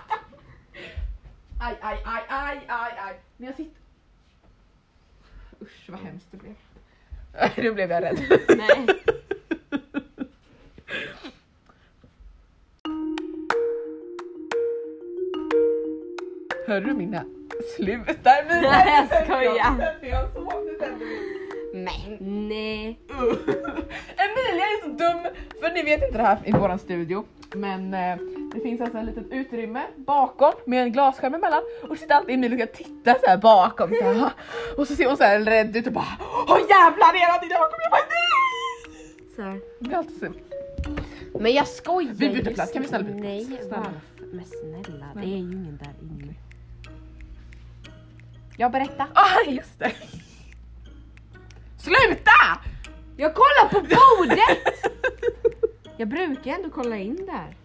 [SPEAKER 1] Aj, aj, aj, aj, aj, aj. Men jag sitter... Usch vad hemskt det blev. <laughs> nu blev jag rädd.
[SPEAKER 2] Nej.
[SPEAKER 1] <laughs> Hörde du mina... Sluta Emilia!
[SPEAKER 2] Nej, jag skojar.
[SPEAKER 1] tänder jag, så, nu tänder vi.
[SPEAKER 2] Nej. Nej.
[SPEAKER 1] Uh. <laughs> Emilia är så dum! För ni vet inte det här i våran studio. Men eh, det finns alltså ett litet utrymme bakom med en glasskärm emellan. Och så sitter alltid Emilia och tittar så här bakom. Så här. Och så ser hon så här rädd ut och bara Åh jävlar hela tiden bakom! Jag bara nej!
[SPEAKER 2] Så här.
[SPEAKER 1] Det blir alltid så.
[SPEAKER 2] Men jag skojar
[SPEAKER 1] Vi byter
[SPEAKER 2] ju.
[SPEAKER 1] plats, kan vi snälla byta plats?
[SPEAKER 2] Nej
[SPEAKER 1] Snälla.
[SPEAKER 2] varför? Men snälla det är ju ingen där inne. Jag berättar.
[SPEAKER 1] Ah, just det. Sluta!
[SPEAKER 2] Jag kollar <laughs> på bordet! Jag brukar ändå kolla in där.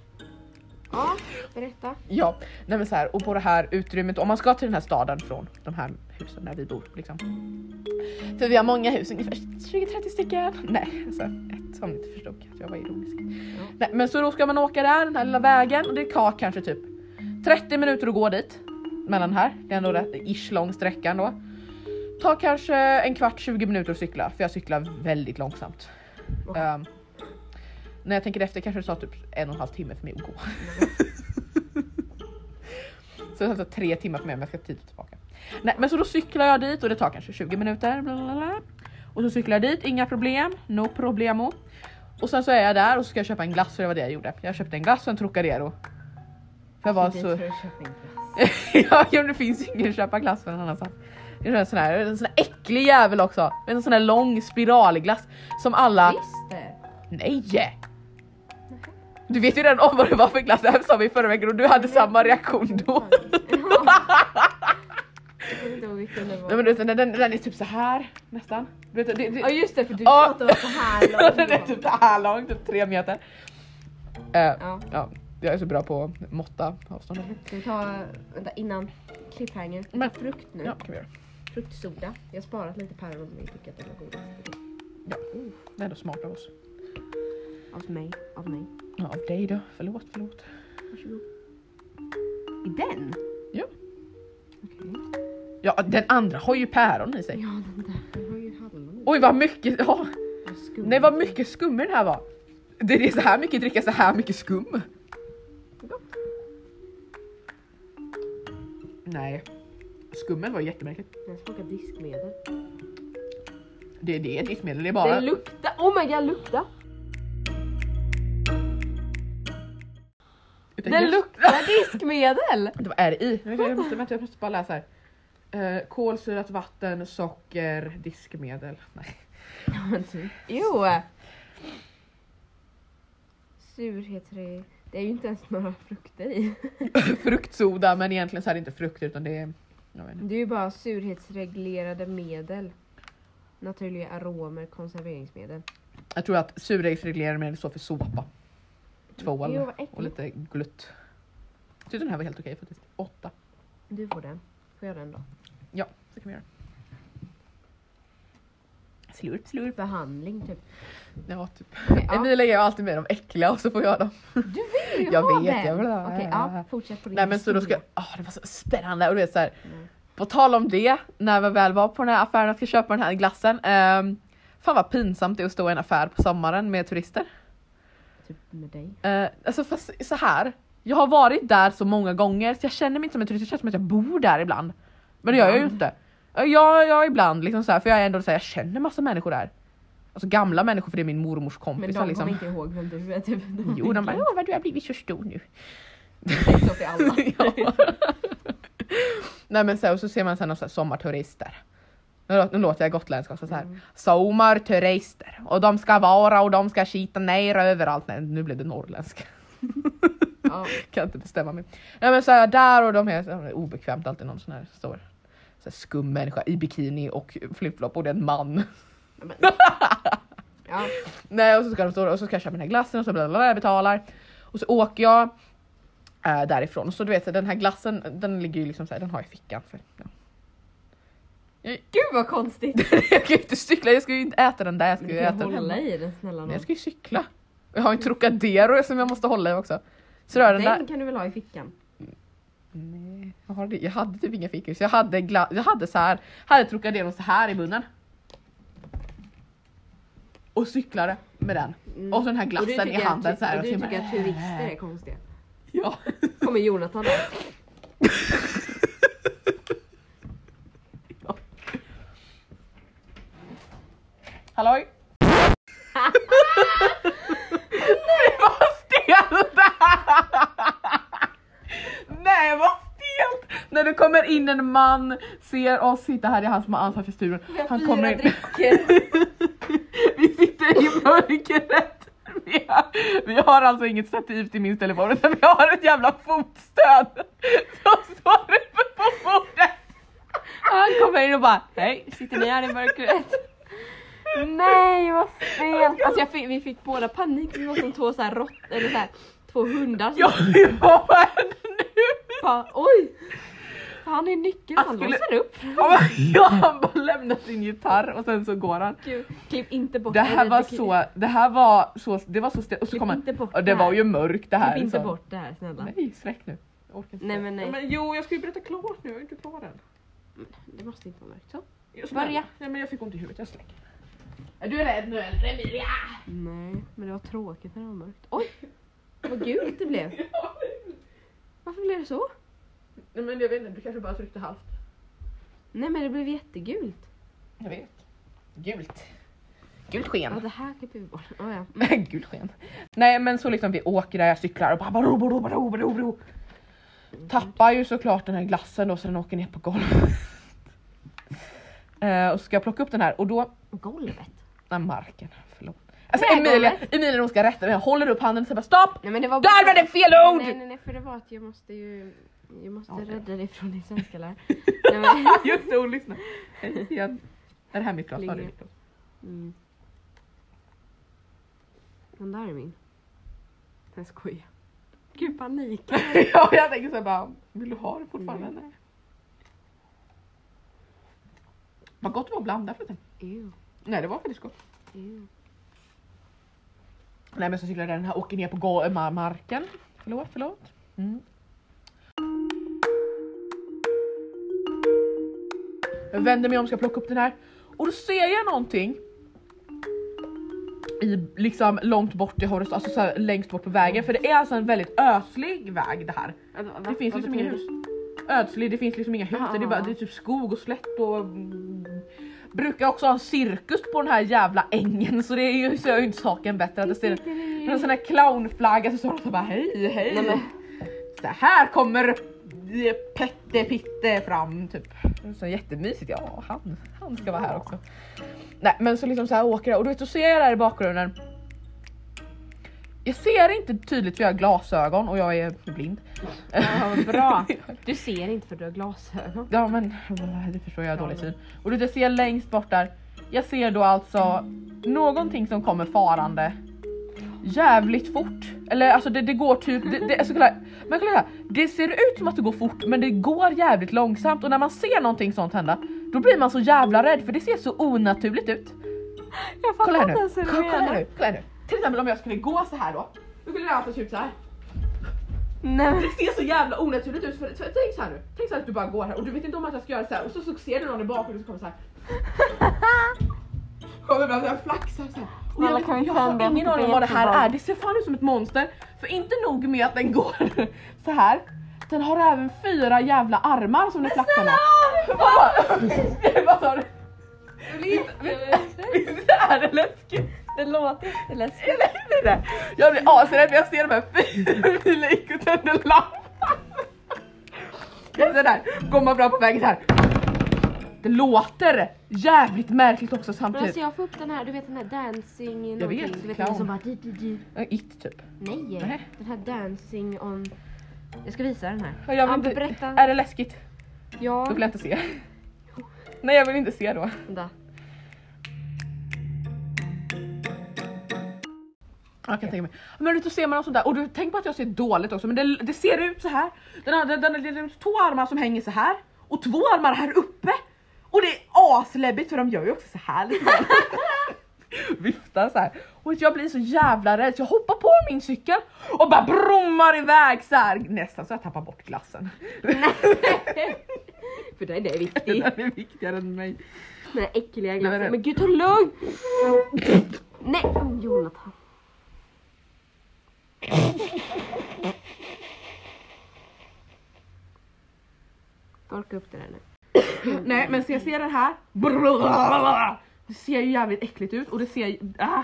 [SPEAKER 2] Ja, berätta.
[SPEAKER 1] Ja, nej men så här, och på det här utrymmet, om man ska till den här staden från de här husen där vi bor. Liksom. För vi har många hus, ungefär 20-30 stycken. Nej, alltså ett som inte förstod att jag var ironisk. Nej, men så då ska man åka där, den här lilla vägen och det tar kanske typ 30 minuter att gå dit. Mellan här, det är ändå rätt ish lång sträckan då. Tar kanske en kvart, 20 minuter att cykla för jag cyklar väldigt långsamt.
[SPEAKER 2] Okej.
[SPEAKER 1] Ehm, när jag tänker efter kanske det tar typ en och en halv timme för mig att gå. Så det tar alltså tre timmar för mig om jag ska tidigt tillbaka. Nej, men så då cyklar jag dit och det tar kanske 20 minuter. Bla bla bla, bla. Och så cyklar jag dit, inga problem, no problemo. Och sen så är jag där och så ska jag köpa en glass för det var det jag gjorde. Jag köpte en glass och en Trocadero. För jag var
[SPEAKER 2] Dit
[SPEAKER 1] så...
[SPEAKER 2] får du köpa in
[SPEAKER 1] <laughs>
[SPEAKER 2] glass.
[SPEAKER 1] ja, ja, det finns ju ingen att köpa glass för någon annanstans. Det är en sån här, en sån här äcklig jävel också. En sån här lång spiralglass som alla...
[SPEAKER 2] Visst det.
[SPEAKER 1] Nej! Du vet ju redan om vad det var för glass, det här sa vi förra veckan och du hade samma reaktion då.
[SPEAKER 2] Jag kommer inte ihåg vilken det var.
[SPEAKER 1] Nej men du vet, den, den, den är typ så här nästan. Du vet, det, det, <laughs>
[SPEAKER 2] Ja just det för du
[SPEAKER 1] Ja.
[SPEAKER 2] sa att det var så <laughs> här långt.
[SPEAKER 1] den är typ så här lång, typ tre meter. Eh,
[SPEAKER 2] Ja,
[SPEAKER 1] ja, jag är så bra på att måtta avstånd.
[SPEAKER 2] ska vi ta, vänta innan cliffhanger.
[SPEAKER 1] Men-
[SPEAKER 2] frukt nu.
[SPEAKER 1] Ja, kan vi göra.
[SPEAKER 2] Fruktsoda. Jag har sparat lite päron om vi tycker att den är godast.
[SPEAKER 1] Det är ändå smart av oss.
[SPEAKER 2] Av mig, av mig.
[SPEAKER 1] Ja, av dig då. Förlåt, förlåt.
[SPEAKER 2] Varsågod. I den?
[SPEAKER 1] Ja.
[SPEAKER 2] Okej.
[SPEAKER 1] Ja, den andra har ju päron i sig.
[SPEAKER 2] Ja den där. Den har ju hallon i.
[SPEAKER 1] Oj vad mycket, ja.
[SPEAKER 2] Och skum.
[SPEAKER 1] Nej vad mycket skum den här var. Det det är så här mycket dricka, så här mycket skum.
[SPEAKER 2] Gott.
[SPEAKER 1] Nej. Skummen var ju jättemärkligt.
[SPEAKER 2] Den smakar diskmedel.
[SPEAKER 1] Det, det är ett livsmedel, det är bara...
[SPEAKER 2] Den luktar, oh my god lukta!
[SPEAKER 1] utan
[SPEAKER 2] Den
[SPEAKER 1] ljus.
[SPEAKER 2] luktar
[SPEAKER 1] <laughs>
[SPEAKER 2] diskmedel!
[SPEAKER 1] Det var R i. Jag måste, jag måste, vänta, jag måste bara läsa här. Eh, kolsyrat vatten, socker, diskmedel. Nej. typ.
[SPEAKER 2] Jo! Surhetsre... Det är ju inte ens några frukter i.
[SPEAKER 1] <laughs> Fruktsoda men egentligen så här är det inte frukt utan det är... Jag vet inte.
[SPEAKER 2] Det är ju bara surhetsreglerade medel. Naturliga aromer, konserveringsmedel.
[SPEAKER 1] Jag tror att surdegsreglerande står för såpa.
[SPEAKER 2] Jo,
[SPEAKER 1] Tvål
[SPEAKER 2] vad äckligt.
[SPEAKER 1] och lite glutt. Jag tyckte den här var helt okej faktiskt. Åtta.
[SPEAKER 2] Du får den. Får jag den då?
[SPEAKER 1] Ja, så kan vi göra. Slurp slurp.
[SPEAKER 2] Behandling typ.
[SPEAKER 1] Ja, typ. <laughs>
[SPEAKER 2] ja.
[SPEAKER 1] Emilia ger alltid mig de äckliga och så får jag dem.
[SPEAKER 2] Du vill ju
[SPEAKER 1] Jag
[SPEAKER 2] ha
[SPEAKER 1] vet,
[SPEAKER 2] den!
[SPEAKER 1] jag vill ha-
[SPEAKER 2] Okej, ja, fortsätt på din
[SPEAKER 1] Nej men så då ska
[SPEAKER 2] historia.
[SPEAKER 1] jag, åh, det var så spännande och du vet så här.
[SPEAKER 2] Mm.
[SPEAKER 1] På tal om det, när vi väl var på den här affären och ska köpa den här glassen. ehm, fan vad pinsamt det är att stå i en affär på sommaren med turister.
[SPEAKER 2] Typ med dig.
[SPEAKER 1] Eh, alltså fast så här. Jag har varit där så många gånger så jag känner mig inte som en turist, jag känner som att jag bor där ibland. Men det gör jag ju inte. Eh, Ja, jag, jag ibland liksom så här, för jag är ändå så här, jag känner massa människor där. Alltså gamla människor för det är min mormors
[SPEAKER 2] Men de
[SPEAKER 1] kompisar
[SPEAKER 2] kommer
[SPEAKER 1] liksom.
[SPEAKER 2] inte ihåg vem du är typ.
[SPEAKER 1] Jo, de bara åh vad du har blivit så stor nu.
[SPEAKER 2] Det är så till alla.
[SPEAKER 1] <laughs> Ja. Nej men så, här, och så ser man sen någon så här sommarturister. Nu, lå- nu låter jag gotländsk också så här.
[SPEAKER 2] Mm.
[SPEAKER 1] Sommarturister och de ska vara och de ska skita ner överallt. Nej nu blev det norrländsk.
[SPEAKER 2] Ja.
[SPEAKER 1] kan inte bestämma mig. Nej men så här, där och de är, så här, det är obekvämt alltid någon sån här stor så här skum människa i bikini och flipflop och det är en man. <laughs>
[SPEAKER 2] <laughs> Ja.
[SPEAKER 1] Nej och så ska de stå och så ska jag köpa den här glassen och så bla bla bla, jag betalar. Och så åker jag eh, därifrån. Så du vet den här glassen den ligger ju liksom så här, den har jag i fickan. För, ja. <laughs>
[SPEAKER 2] Gud vad konstigt!
[SPEAKER 1] jag kan ju inte cykla, jag ska ju inte äta den där, jag ska
[SPEAKER 2] Du
[SPEAKER 1] ju
[SPEAKER 2] kan
[SPEAKER 1] äta den
[SPEAKER 2] hålla
[SPEAKER 1] hemma.
[SPEAKER 2] i den snälla
[SPEAKER 1] Nej,
[SPEAKER 2] nån.
[SPEAKER 1] jag ska ju cykla. Och Jag har en Trocadero som jag måste hålla i också. Så rör den där.
[SPEAKER 2] Den kan du väl ha i fickan?
[SPEAKER 1] Nej, jag, har det. jag hade typ inga fickor så jag hade, gla- jag hade så här, hade Trocadero så här i munnen. Och cyklade med den.
[SPEAKER 2] Mm.
[SPEAKER 1] Och så den här
[SPEAKER 2] Och du
[SPEAKER 1] glassen i
[SPEAKER 2] tycker
[SPEAKER 1] handen
[SPEAKER 2] att,
[SPEAKER 1] så här.
[SPEAKER 2] Och du
[SPEAKER 1] så jag
[SPEAKER 2] tycker
[SPEAKER 1] bara, "Äh."
[SPEAKER 2] att turister är konstiga.
[SPEAKER 1] Ja.
[SPEAKER 2] Kommer Jonathan där.
[SPEAKER 1] Halloj! Nej vad stelt! Nej vad stelt! När det kommer in en man, ser oss sitta här, det är han som har ansvar för studion. <laughs> Han kommer in. <laughs> Vi sitter i mörkret. Vi har, vi har alltså inget stativ till min telefon utan vi har ett jävla fotstöd som står uppe på bordet.
[SPEAKER 2] Han kommer in och bara hej, sitter ni här i mörkret? <laughs> Nej vad stelt! Alltså jag fick, vi fick båda panik, vi var som två så här rått, eller så här, två hundar som
[SPEAKER 1] Ja, ja, vad händer nu?
[SPEAKER 2] bara oj! Han är nyckeln,
[SPEAKER 1] Jag
[SPEAKER 2] han
[SPEAKER 1] skulle-
[SPEAKER 2] låser upp.
[SPEAKER 1] Ja, men- Ja, han bara lämnar sin gitarr och sen så går han.
[SPEAKER 2] Gud, klipp inte bort
[SPEAKER 1] Det här
[SPEAKER 2] du
[SPEAKER 1] var
[SPEAKER 2] klipp-
[SPEAKER 1] så, det här var så, det var så stelt. Och så
[SPEAKER 2] Klipp
[SPEAKER 1] kom
[SPEAKER 2] inte
[SPEAKER 1] han,
[SPEAKER 2] bort
[SPEAKER 1] och
[SPEAKER 2] det
[SPEAKER 1] det
[SPEAKER 2] här.
[SPEAKER 1] var ju mörkt det här.
[SPEAKER 2] Klipp inte
[SPEAKER 1] så-
[SPEAKER 2] bort det här snälla.
[SPEAKER 1] Nej, släck nu. Jag orkar inte.
[SPEAKER 2] Nej, men nej.
[SPEAKER 1] Ja, men, jo, jag skulle berätta klart nu, jag är inte klar än.
[SPEAKER 2] Det måste inte vara mörkt så.
[SPEAKER 1] Jag
[SPEAKER 2] Börja.
[SPEAKER 1] smäller. Nej men jag fick ont i huvudet, jag släcker. Är du rädd nu eller Emilia?
[SPEAKER 2] Nej, men det var tråkigt när det var mörkt. Oj! <laughs> Vad gult det blev. Varför blev det så?
[SPEAKER 1] <laughs> Nej men jag vet inte, du kanske bara tryckte halvt.
[SPEAKER 2] Nej men det blev jättegult.
[SPEAKER 1] Jag vet. Gult. Gult
[SPEAKER 2] Ja
[SPEAKER 1] sken.
[SPEAKER 2] det här klipper vi bort. Oh, ja.
[SPEAKER 1] <laughs> Gult sken. Nej men så liksom vi åker där, jag cyklar och bara baro, baro, baro, baro, baro. Tappar ju såklart den här glassen då så den åker ner på golvet. <laughs> Eh, och så ska jag plocka upp den här och då,
[SPEAKER 2] Golvet.
[SPEAKER 1] nej marken, förlåt. Alltså
[SPEAKER 2] Nej,
[SPEAKER 1] Emilia,
[SPEAKER 2] golvet.
[SPEAKER 1] Emilia hon ska rätta mig, jag håller upp handen och säger bara stopp!
[SPEAKER 2] Nej men det var
[SPEAKER 1] Där var det fel ord!
[SPEAKER 2] Nej nej nej för det var att jag måste ju... Jag måste
[SPEAKER 1] Ja, det-
[SPEAKER 2] rädda dig från din svenska lärare. nej men...
[SPEAKER 1] <laughs> Just det, hon lyssnar. Hej igen. Är det här mitt glas? Ja, det är mitt glas.
[SPEAKER 2] Mm. Den där är min. Jag skojar. Gud panik.
[SPEAKER 1] <laughs> ja, jag tänker såhär bara, vill du ha det fortfarande?
[SPEAKER 2] Mm.
[SPEAKER 1] eller? Vad gott det var att blanda förresten.
[SPEAKER 2] Ew,
[SPEAKER 1] Nej det var faktiskt gott.
[SPEAKER 2] ew.
[SPEAKER 1] Nej men så cyklar den här, åker ner på gå- ma- marken. Förlåt, förlåt. Mm. Jag vänder mig om ska plocka upp den här och då ser jag någonting. I, liksom långt bort i horisonten, alltså så här, längst bort på vägen. För det är alltså en väldigt öslig väg det här.
[SPEAKER 2] Alltså,
[SPEAKER 1] Det finns liksom inga hus. Ödslig, det finns liksom inga hus. där. Det, är bara, det är typ skog och slätt och... Mm, brukar också ha en cirkus på den här jävla ängen så det är ju, så är ju inte saken bättre att det ser en sån här clownflagga så står de och bara hej hej.
[SPEAKER 2] Nej, men-
[SPEAKER 1] Så här kommer Pette Pitte fram typ. Så jättemysigt, ja han, han ska vara här också. Nej men så liksom så här åker jag och du vet så ser jag där i bakgrunden. Jag ser inte tydligt för jag har glasögon och jag är blind.
[SPEAKER 2] Ja,
[SPEAKER 1] <laughs>
[SPEAKER 2] vad bra. Du ser inte för du har glasögon.
[SPEAKER 1] Ja men <laughs> det förstår jag, jag har dålig syn. Och du vet, jag ser längst bort där. Jag ser då alltså någonting som kommer farande jävligt fort. Eller alltså det, det går typ, det, det, alltså, kolla, här. men kolla här. det ser ut som att det går fort men det går jävligt långsamt och när man ser någonting sånt hända då blir man så jävla rädd för det ser så onaturligt ut.
[SPEAKER 2] Jag
[SPEAKER 1] Kolla här nu, kolla, kolla här nu, kolla här nu. Till exempel om jag skulle gå så här då. Då skulle jag alltså typ så här.
[SPEAKER 2] Nej men
[SPEAKER 1] Det ser så jävla onaturligt ut. För, för, tänk så här nu. Tänk så här att du bara går här och du vet inte om att jag ska göra så här och så, så ser du någon i bakgrunden som kommer så
[SPEAKER 2] <laughs>
[SPEAKER 1] här. Kommer bara så här flaxar så här. Och jag,
[SPEAKER 2] Snälla,
[SPEAKER 1] vet,
[SPEAKER 2] kan vi
[SPEAKER 1] jag har
[SPEAKER 2] tända en
[SPEAKER 1] ingen aning om vad det
[SPEAKER 2] jättebra-
[SPEAKER 1] här är. Det ser fan ut som ett monster. För inte nog med att den går <laughs> så här. Den har även fyra jävla armar som den flaxar med. <laughs> Vadå? Vad sa du? Visst är det läskigt?
[SPEAKER 2] det låter inte läskigt.
[SPEAKER 1] Eller hur är det? Jag blir asrädd när jag ser de här fyra likutända lampan. Jag är så där, går man fram på vägen så här. Det låter jävligt märkligt också
[SPEAKER 2] Men
[SPEAKER 1] samtidigt.
[SPEAKER 2] alltså jag får upp den här, du vet den här dancing någonting.
[SPEAKER 1] vet,
[SPEAKER 2] du vet
[SPEAKER 1] clown.
[SPEAKER 2] den som bara di, di, di.
[SPEAKER 1] Äh, It typ.
[SPEAKER 2] Nej,
[SPEAKER 1] Nej.
[SPEAKER 2] den här dancing on... Jag ska visa den här.
[SPEAKER 1] Ja, Jag vill
[SPEAKER 2] Ja,
[SPEAKER 1] inte,
[SPEAKER 2] berätta.
[SPEAKER 1] Är det läskigt? Då
[SPEAKER 2] Ja,
[SPEAKER 1] vill jag inte se. Nej jag vill inte se då.
[SPEAKER 2] vänta. <laughs>
[SPEAKER 1] Jag kan tänka mig. Men du vet, då ser man något sånt där och du tänk på att jag ser dåligt också men det, det ser ut så här. Den har, den, den, den, den, två armar som hänger så här och två armar här uppe. Och det är asläbbigt för de gör ju också så här lite grann. <laughs> Viftar så här. Och jag blir så jävla rädd så jag hoppar på min cykel och bara brummar iväg så här. Nästan så jag tappar bort <laughs> glassen.
[SPEAKER 2] För dig det är
[SPEAKER 1] Den
[SPEAKER 2] viktigt.
[SPEAKER 1] är viktigare än mig.
[SPEAKER 2] Den här äckliga
[SPEAKER 1] men det-
[SPEAKER 2] glassen. Men gud ta lugn! Nej, oh, Jonathan. Torka upp det där nu.
[SPEAKER 1] Nej men så jag ser den här. Blablabla. Det ser ju jävligt äckligt ut och det ser ju- ah.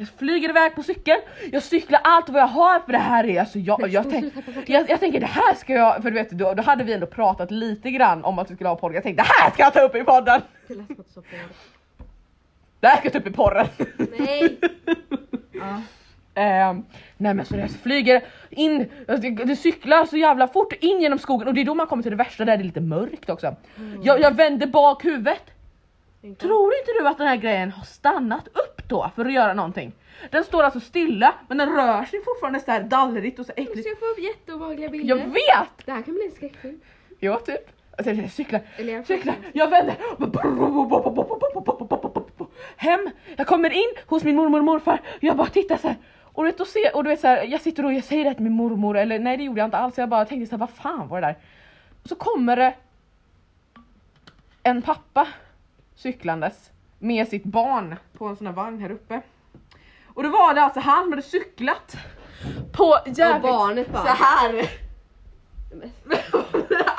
[SPEAKER 1] Jag flyger iväg på cykeln, jag cyklar allt vad jag har för det här är alltså jag, jag, tänk, jag, jag tänker det här ska jag, för du vet då, då hade vi ändå pratat lite grann om att vi skulle ha podd. Jag tänkte det här ska jag ta upp i podden!
[SPEAKER 2] Det lät som att du sa på
[SPEAKER 1] Det här ska jag ta upp i porren!
[SPEAKER 2] Nej! Ja.
[SPEAKER 1] Ehm, nej men så det flyger in, alltså, det, det cyklar så jävla fort in genom skogen och det är då man kommer till det värsta där det är lite mörkt också. Jag, jag vände bak huvudet. Tror inte du att den här grejen har stannat upp då för att göra någonting? Den står alltså stilla men den rör sig fortfarande så här dallrigt och så
[SPEAKER 2] Jag
[SPEAKER 1] äckligt.
[SPEAKER 2] ska få upp jätteobehagliga bilder.
[SPEAKER 1] Jag vet!
[SPEAKER 2] Det här kan bli en skräckfilm.
[SPEAKER 1] Ja typ. Alltså, jag Cyklar,
[SPEAKER 2] Eller jag
[SPEAKER 1] cyklar, jag vänder. Hem, jag kommer in hos min mormor och morfar. Jag bara tittar så här. Och du vet, och ser, och du vet så här, jag sitter och jag säger det här till min mormor eller nej det gjorde jag inte alls. Jag bara tänkte så här, vad fan var det där? Och så kommer det en pappa cyklandes med sitt barn på en sån här vagn här uppe. Och då var det alltså han som hade cyklat på
[SPEAKER 2] Och
[SPEAKER 1] jävligt
[SPEAKER 2] barnet
[SPEAKER 1] så
[SPEAKER 2] bara.
[SPEAKER 1] här. <laughs>
[SPEAKER 2] Men-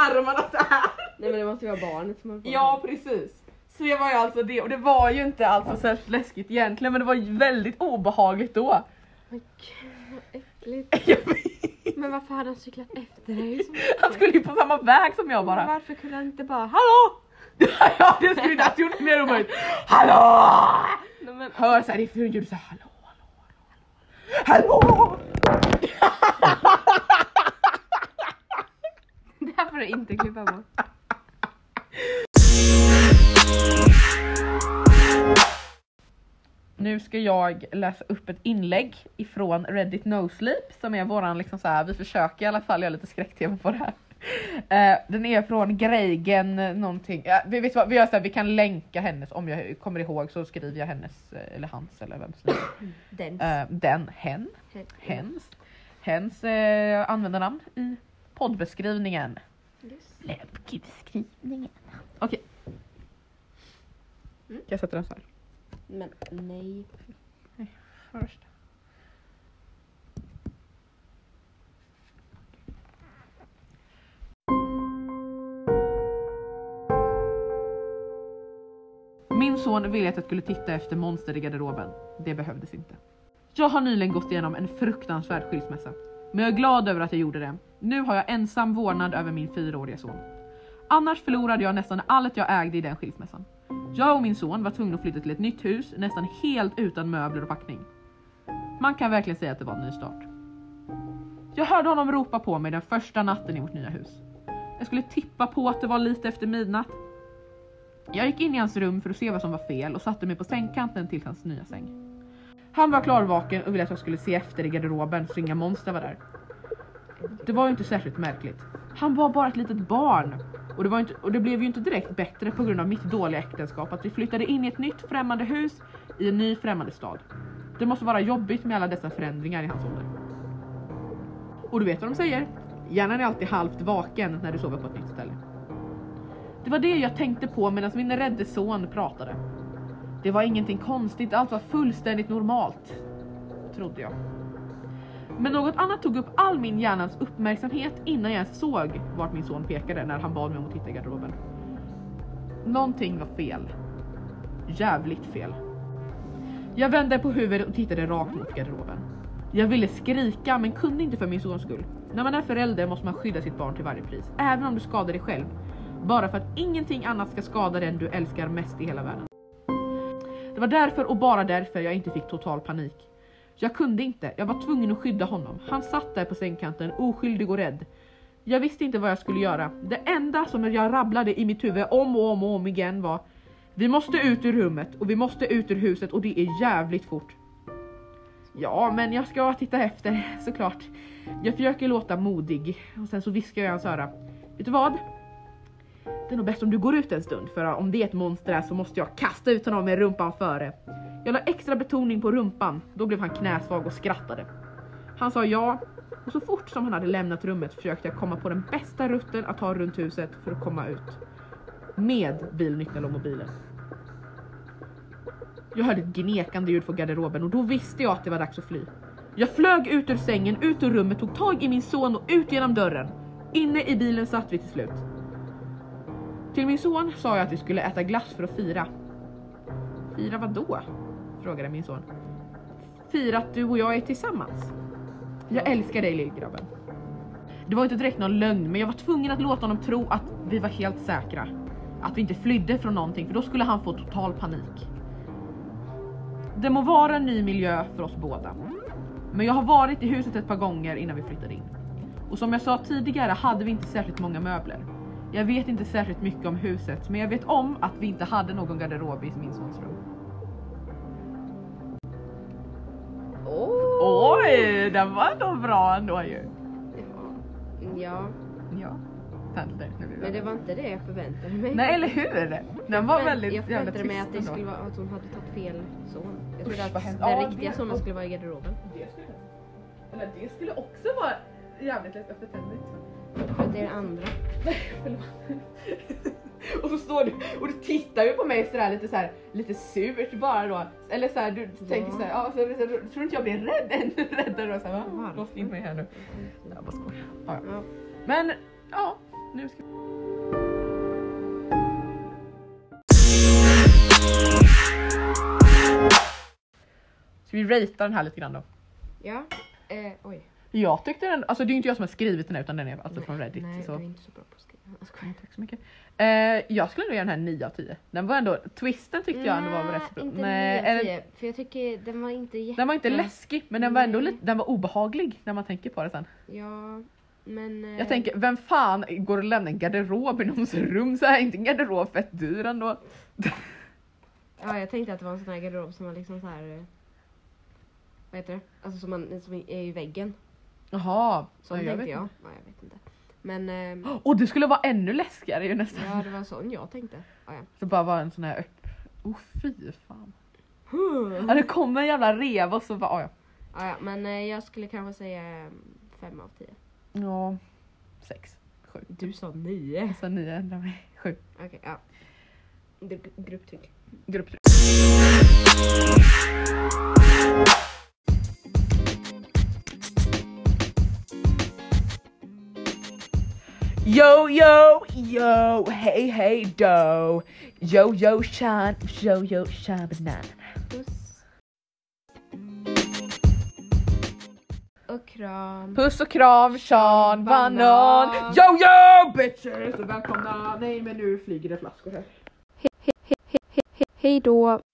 [SPEAKER 1] Armarna så här.
[SPEAKER 2] Nej men det måste ju vara barnet som har fått
[SPEAKER 1] Ja precis. Så det var ju alltså det och det var ju inte alltså särskilt läskigt egentligen men det var ju väldigt obehagligt då. <laughs>
[SPEAKER 2] Men gud vad äckligt. Men varför hade han cyklat efter dig? Som
[SPEAKER 1] Han skulle ju på samma väg som jag bara.
[SPEAKER 2] Varför kunde han inte bara
[SPEAKER 1] Hallå! <laughs> ja det skulle inte ha gjort mer omöjligt. Hallå!
[SPEAKER 2] Nej, men,
[SPEAKER 1] Hör såhär i ljud såhär hallå hallå hallå. Hallå!
[SPEAKER 2] det här får du inte klippa bort.
[SPEAKER 1] Nu ska jag läsa upp ett inlägg ifrån Reddit No Sleep som är våran liksom så här, vi försöker i alla fall göra lite skräcktema på det här. Eh, den är från Greigen eh, någonting. Ja, vi, vet vad, vi, gör så här, vi kan länka hennes om jag kommer ihåg så skriver jag hennes eh, eller hans eller vems. det
[SPEAKER 2] Den.
[SPEAKER 1] är. Eh, den hen.
[SPEAKER 2] Hen.
[SPEAKER 1] Hens. Hens eh, användarnamn i poddbeskrivningen.
[SPEAKER 2] Yes.
[SPEAKER 1] Länkbeskrivningen. Okej. Jag sätter den så här.
[SPEAKER 2] Men nej.
[SPEAKER 1] Först. Min son ville att jag skulle titta efter monster i garderoben. Det behövdes inte. Jag har nyligen gått igenom en fruktansvärd skilsmässa. Men jag är glad över att jag gjorde det. Nu har jag ensam vårdnad över min fyraåriga son. Annars förlorade jag nästan allt jag ägde i den skilsmässan. Jag och min son var tvungna att flytta till ett nytt hus, nästan helt utan möbler och packning. Man kan verkligen säga att det var en ny start. Jag hörde honom ropa på mig den första natten i vårt nya hus. Jag skulle tippa på att det var lite efter midnatt. Jag gick in i hans rum för att se vad som var fel och satte mig på sängkanten till hans nya säng. Han var klarvaken och ville att jag skulle se efter i garderoben så inga monster var där. Det var ju inte särskilt märkligt. Han var bara ett litet barn. Och det, var inte, och det blev ju inte direkt bättre på grund av mitt dåliga äktenskap att vi flyttade in i ett nytt främmande hus i en ny främmande stad. Det måste vara jobbigt med alla dessa förändringar i hans ålder. Och du vet vad de säger? Hjärnan är alltid halvt vaken när du sover på ett nytt ställe. Det var det jag tänkte på medan min rädde son pratade. Det var ingenting konstigt, allt var fullständigt normalt. Trodde jag. Men något annat tog upp all min hjärnas uppmärksamhet innan jag ens såg vart min son pekade när han bad mig om att titta i garderoben. Någonting var fel. Jävligt fel. Jag vände på huvudet och tittade rakt mot garderoben. Jag ville skrika men kunde inte för min sons skull. När man är förälder måste man skydda sitt barn till varje pris, även om du skadar dig själv. Bara för att ingenting annat ska skada den du älskar mest i hela världen. Det var därför och bara därför jag inte fick total panik. Jag kunde inte, jag var tvungen att skydda honom. Han satt där på sängkanten, oskyldig och rädd. Jag visste inte vad jag skulle göra. Det enda som jag rabblade i mitt huvud om och om och om igen var Vi måste ut ur rummet och vi måste ut ur huset och det är jävligt fort. Ja, men jag ska titta efter <laughs> såklart. Jag försöker låta modig och sen så viskar jag i hans öra. Vet du vad? Det är nog bäst om du går ut en stund för om det är ett monster här så måste jag kasta ut honom med rumpan före. Jag la extra betoning på rumpan, då blev han knäsvag och skrattade. Han sa ja, och så fort som han hade lämnat rummet försökte jag komma på den bästa rutten att ta runt huset för att komma ut. Med bilnyckeln och mobilen. Jag hörde ett gnekande ljud från garderoben och då visste jag att det var dags att fly. Jag flög ut ur sängen, ut ur rummet, tog tag i min son och ut genom dörren. Inne i bilen satt vi till slut. Till min son sa jag att vi skulle äta glass för att fira. Fira vad då? frågade min son. Fira att du och jag är tillsammans. Jag älskar dig lillgrabben. Det var inte direkt någon lögn, men jag var tvungen att låta honom tro att vi var helt säkra. Att vi inte flydde från någonting, för då skulle han få total panik. Det må vara en ny miljö för oss båda. Men jag har varit i huset ett par gånger innan vi flyttade in. Och som jag sa tidigare hade vi inte särskilt många möbler. Jag vet inte särskilt mycket om huset, men jag vet om att vi inte hade någon garderob i min sons rum.
[SPEAKER 2] Åh!
[SPEAKER 1] Oj, den var ändå bra ändå ju.
[SPEAKER 2] Ja,
[SPEAKER 1] Ja, tänder. nu blir
[SPEAKER 2] men det var inte det jag förväntade mig.
[SPEAKER 1] Nej, eller hur? Den var
[SPEAKER 2] Men
[SPEAKER 1] väldigt
[SPEAKER 2] jag
[SPEAKER 1] jävla
[SPEAKER 2] förväntade
[SPEAKER 1] trist
[SPEAKER 2] mig att, det
[SPEAKER 1] ändå.
[SPEAKER 2] skulle vara, att hon hade tagit fel son. Jag trodde
[SPEAKER 1] Usch, vad
[SPEAKER 2] att
[SPEAKER 1] hemskt.
[SPEAKER 2] den
[SPEAKER 1] Ja,
[SPEAKER 2] riktiga
[SPEAKER 1] det-
[SPEAKER 2] sonen skulle vara i garderoben.
[SPEAKER 1] Det skulle, eller det skulle också vara jävligt lätt eftertändigt.
[SPEAKER 2] Men det är det andra.
[SPEAKER 1] <laughs> och så står du och du tittar ju på mig sådär lite såhär lite surt bara då. Eller såhär du tänker såhär, ja, så, så, så, tror du inte jag blir rädd <laughs> än? Räddare och såhär, va? lås in mig här nu. Jag bara skojar. Ja, ja.
[SPEAKER 2] Ja.
[SPEAKER 1] Men ja, nu ska Ska vi ratea den här lite grann då?
[SPEAKER 2] Ja. Eh, oj.
[SPEAKER 1] Jag tyckte den, alltså det är ju inte jag som har skrivit den här utan den är alltså från Reddit.
[SPEAKER 2] Nej,
[SPEAKER 1] så.
[SPEAKER 2] du är inte så bra på att skriva. Jag skojar.
[SPEAKER 1] Nej, tack så mycket. Eh, jag skulle nog ge den här 9 av 10. Den var ändå, twisten tyckte jag ändå var
[SPEAKER 2] Nej,
[SPEAKER 1] rätt bra.
[SPEAKER 2] Inte
[SPEAKER 1] Nej,
[SPEAKER 2] nio av
[SPEAKER 1] eller-
[SPEAKER 2] tio, För jag tycker den var inte jätte...
[SPEAKER 1] Den var inte läskig men den var ändå
[SPEAKER 2] Nej.
[SPEAKER 1] lite, den var obehaglig när man tänker på det sen.
[SPEAKER 2] Ja, men... eh,
[SPEAKER 1] Jag tänker, vem fan går och lämnar en garderob i någons rum så här? Inte en garderob fett dyr ändå.
[SPEAKER 2] Ja, jag tänkte att det var en sån här garderob som var liksom så här... eh, Vad heter det? Alltså som, man, som är i väggen.
[SPEAKER 1] Jaha,
[SPEAKER 2] Så
[SPEAKER 1] ja, jag
[SPEAKER 2] tänkte
[SPEAKER 1] vet
[SPEAKER 2] jag.
[SPEAKER 1] inte.
[SPEAKER 2] Ja, jag vet inte. Men <gasps> eh,
[SPEAKER 1] Och det skulle vara ännu läskigare ju nästan.
[SPEAKER 2] ja, det var sån jag <gasps> tänkte. Ja, ja.
[SPEAKER 1] Så bara vara en sån här öpp... Oh fy fan. Ja det kom en jävla rev och så bara oh, ja.
[SPEAKER 2] Ja, ja, men eh, jag skulle kanske säga eh, fem av tio.
[SPEAKER 1] Ja, sex, sju.
[SPEAKER 2] Du sa nio.
[SPEAKER 1] Så nio ändrar mig. Sju.
[SPEAKER 2] Okej, ja. Gru- Grupptryck.
[SPEAKER 1] Grupp Yo yo yo, hey hey do. Yo yo shine, yo yo shine banana.
[SPEAKER 2] Puss. Och kram.
[SPEAKER 1] Puss och kram Sean Banan.
[SPEAKER 2] Banan.
[SPEAKER 1] Yo yo bitches och välkomna. Nej men nu flyger det flaskor här.
[SPEAKER 2] Hej då.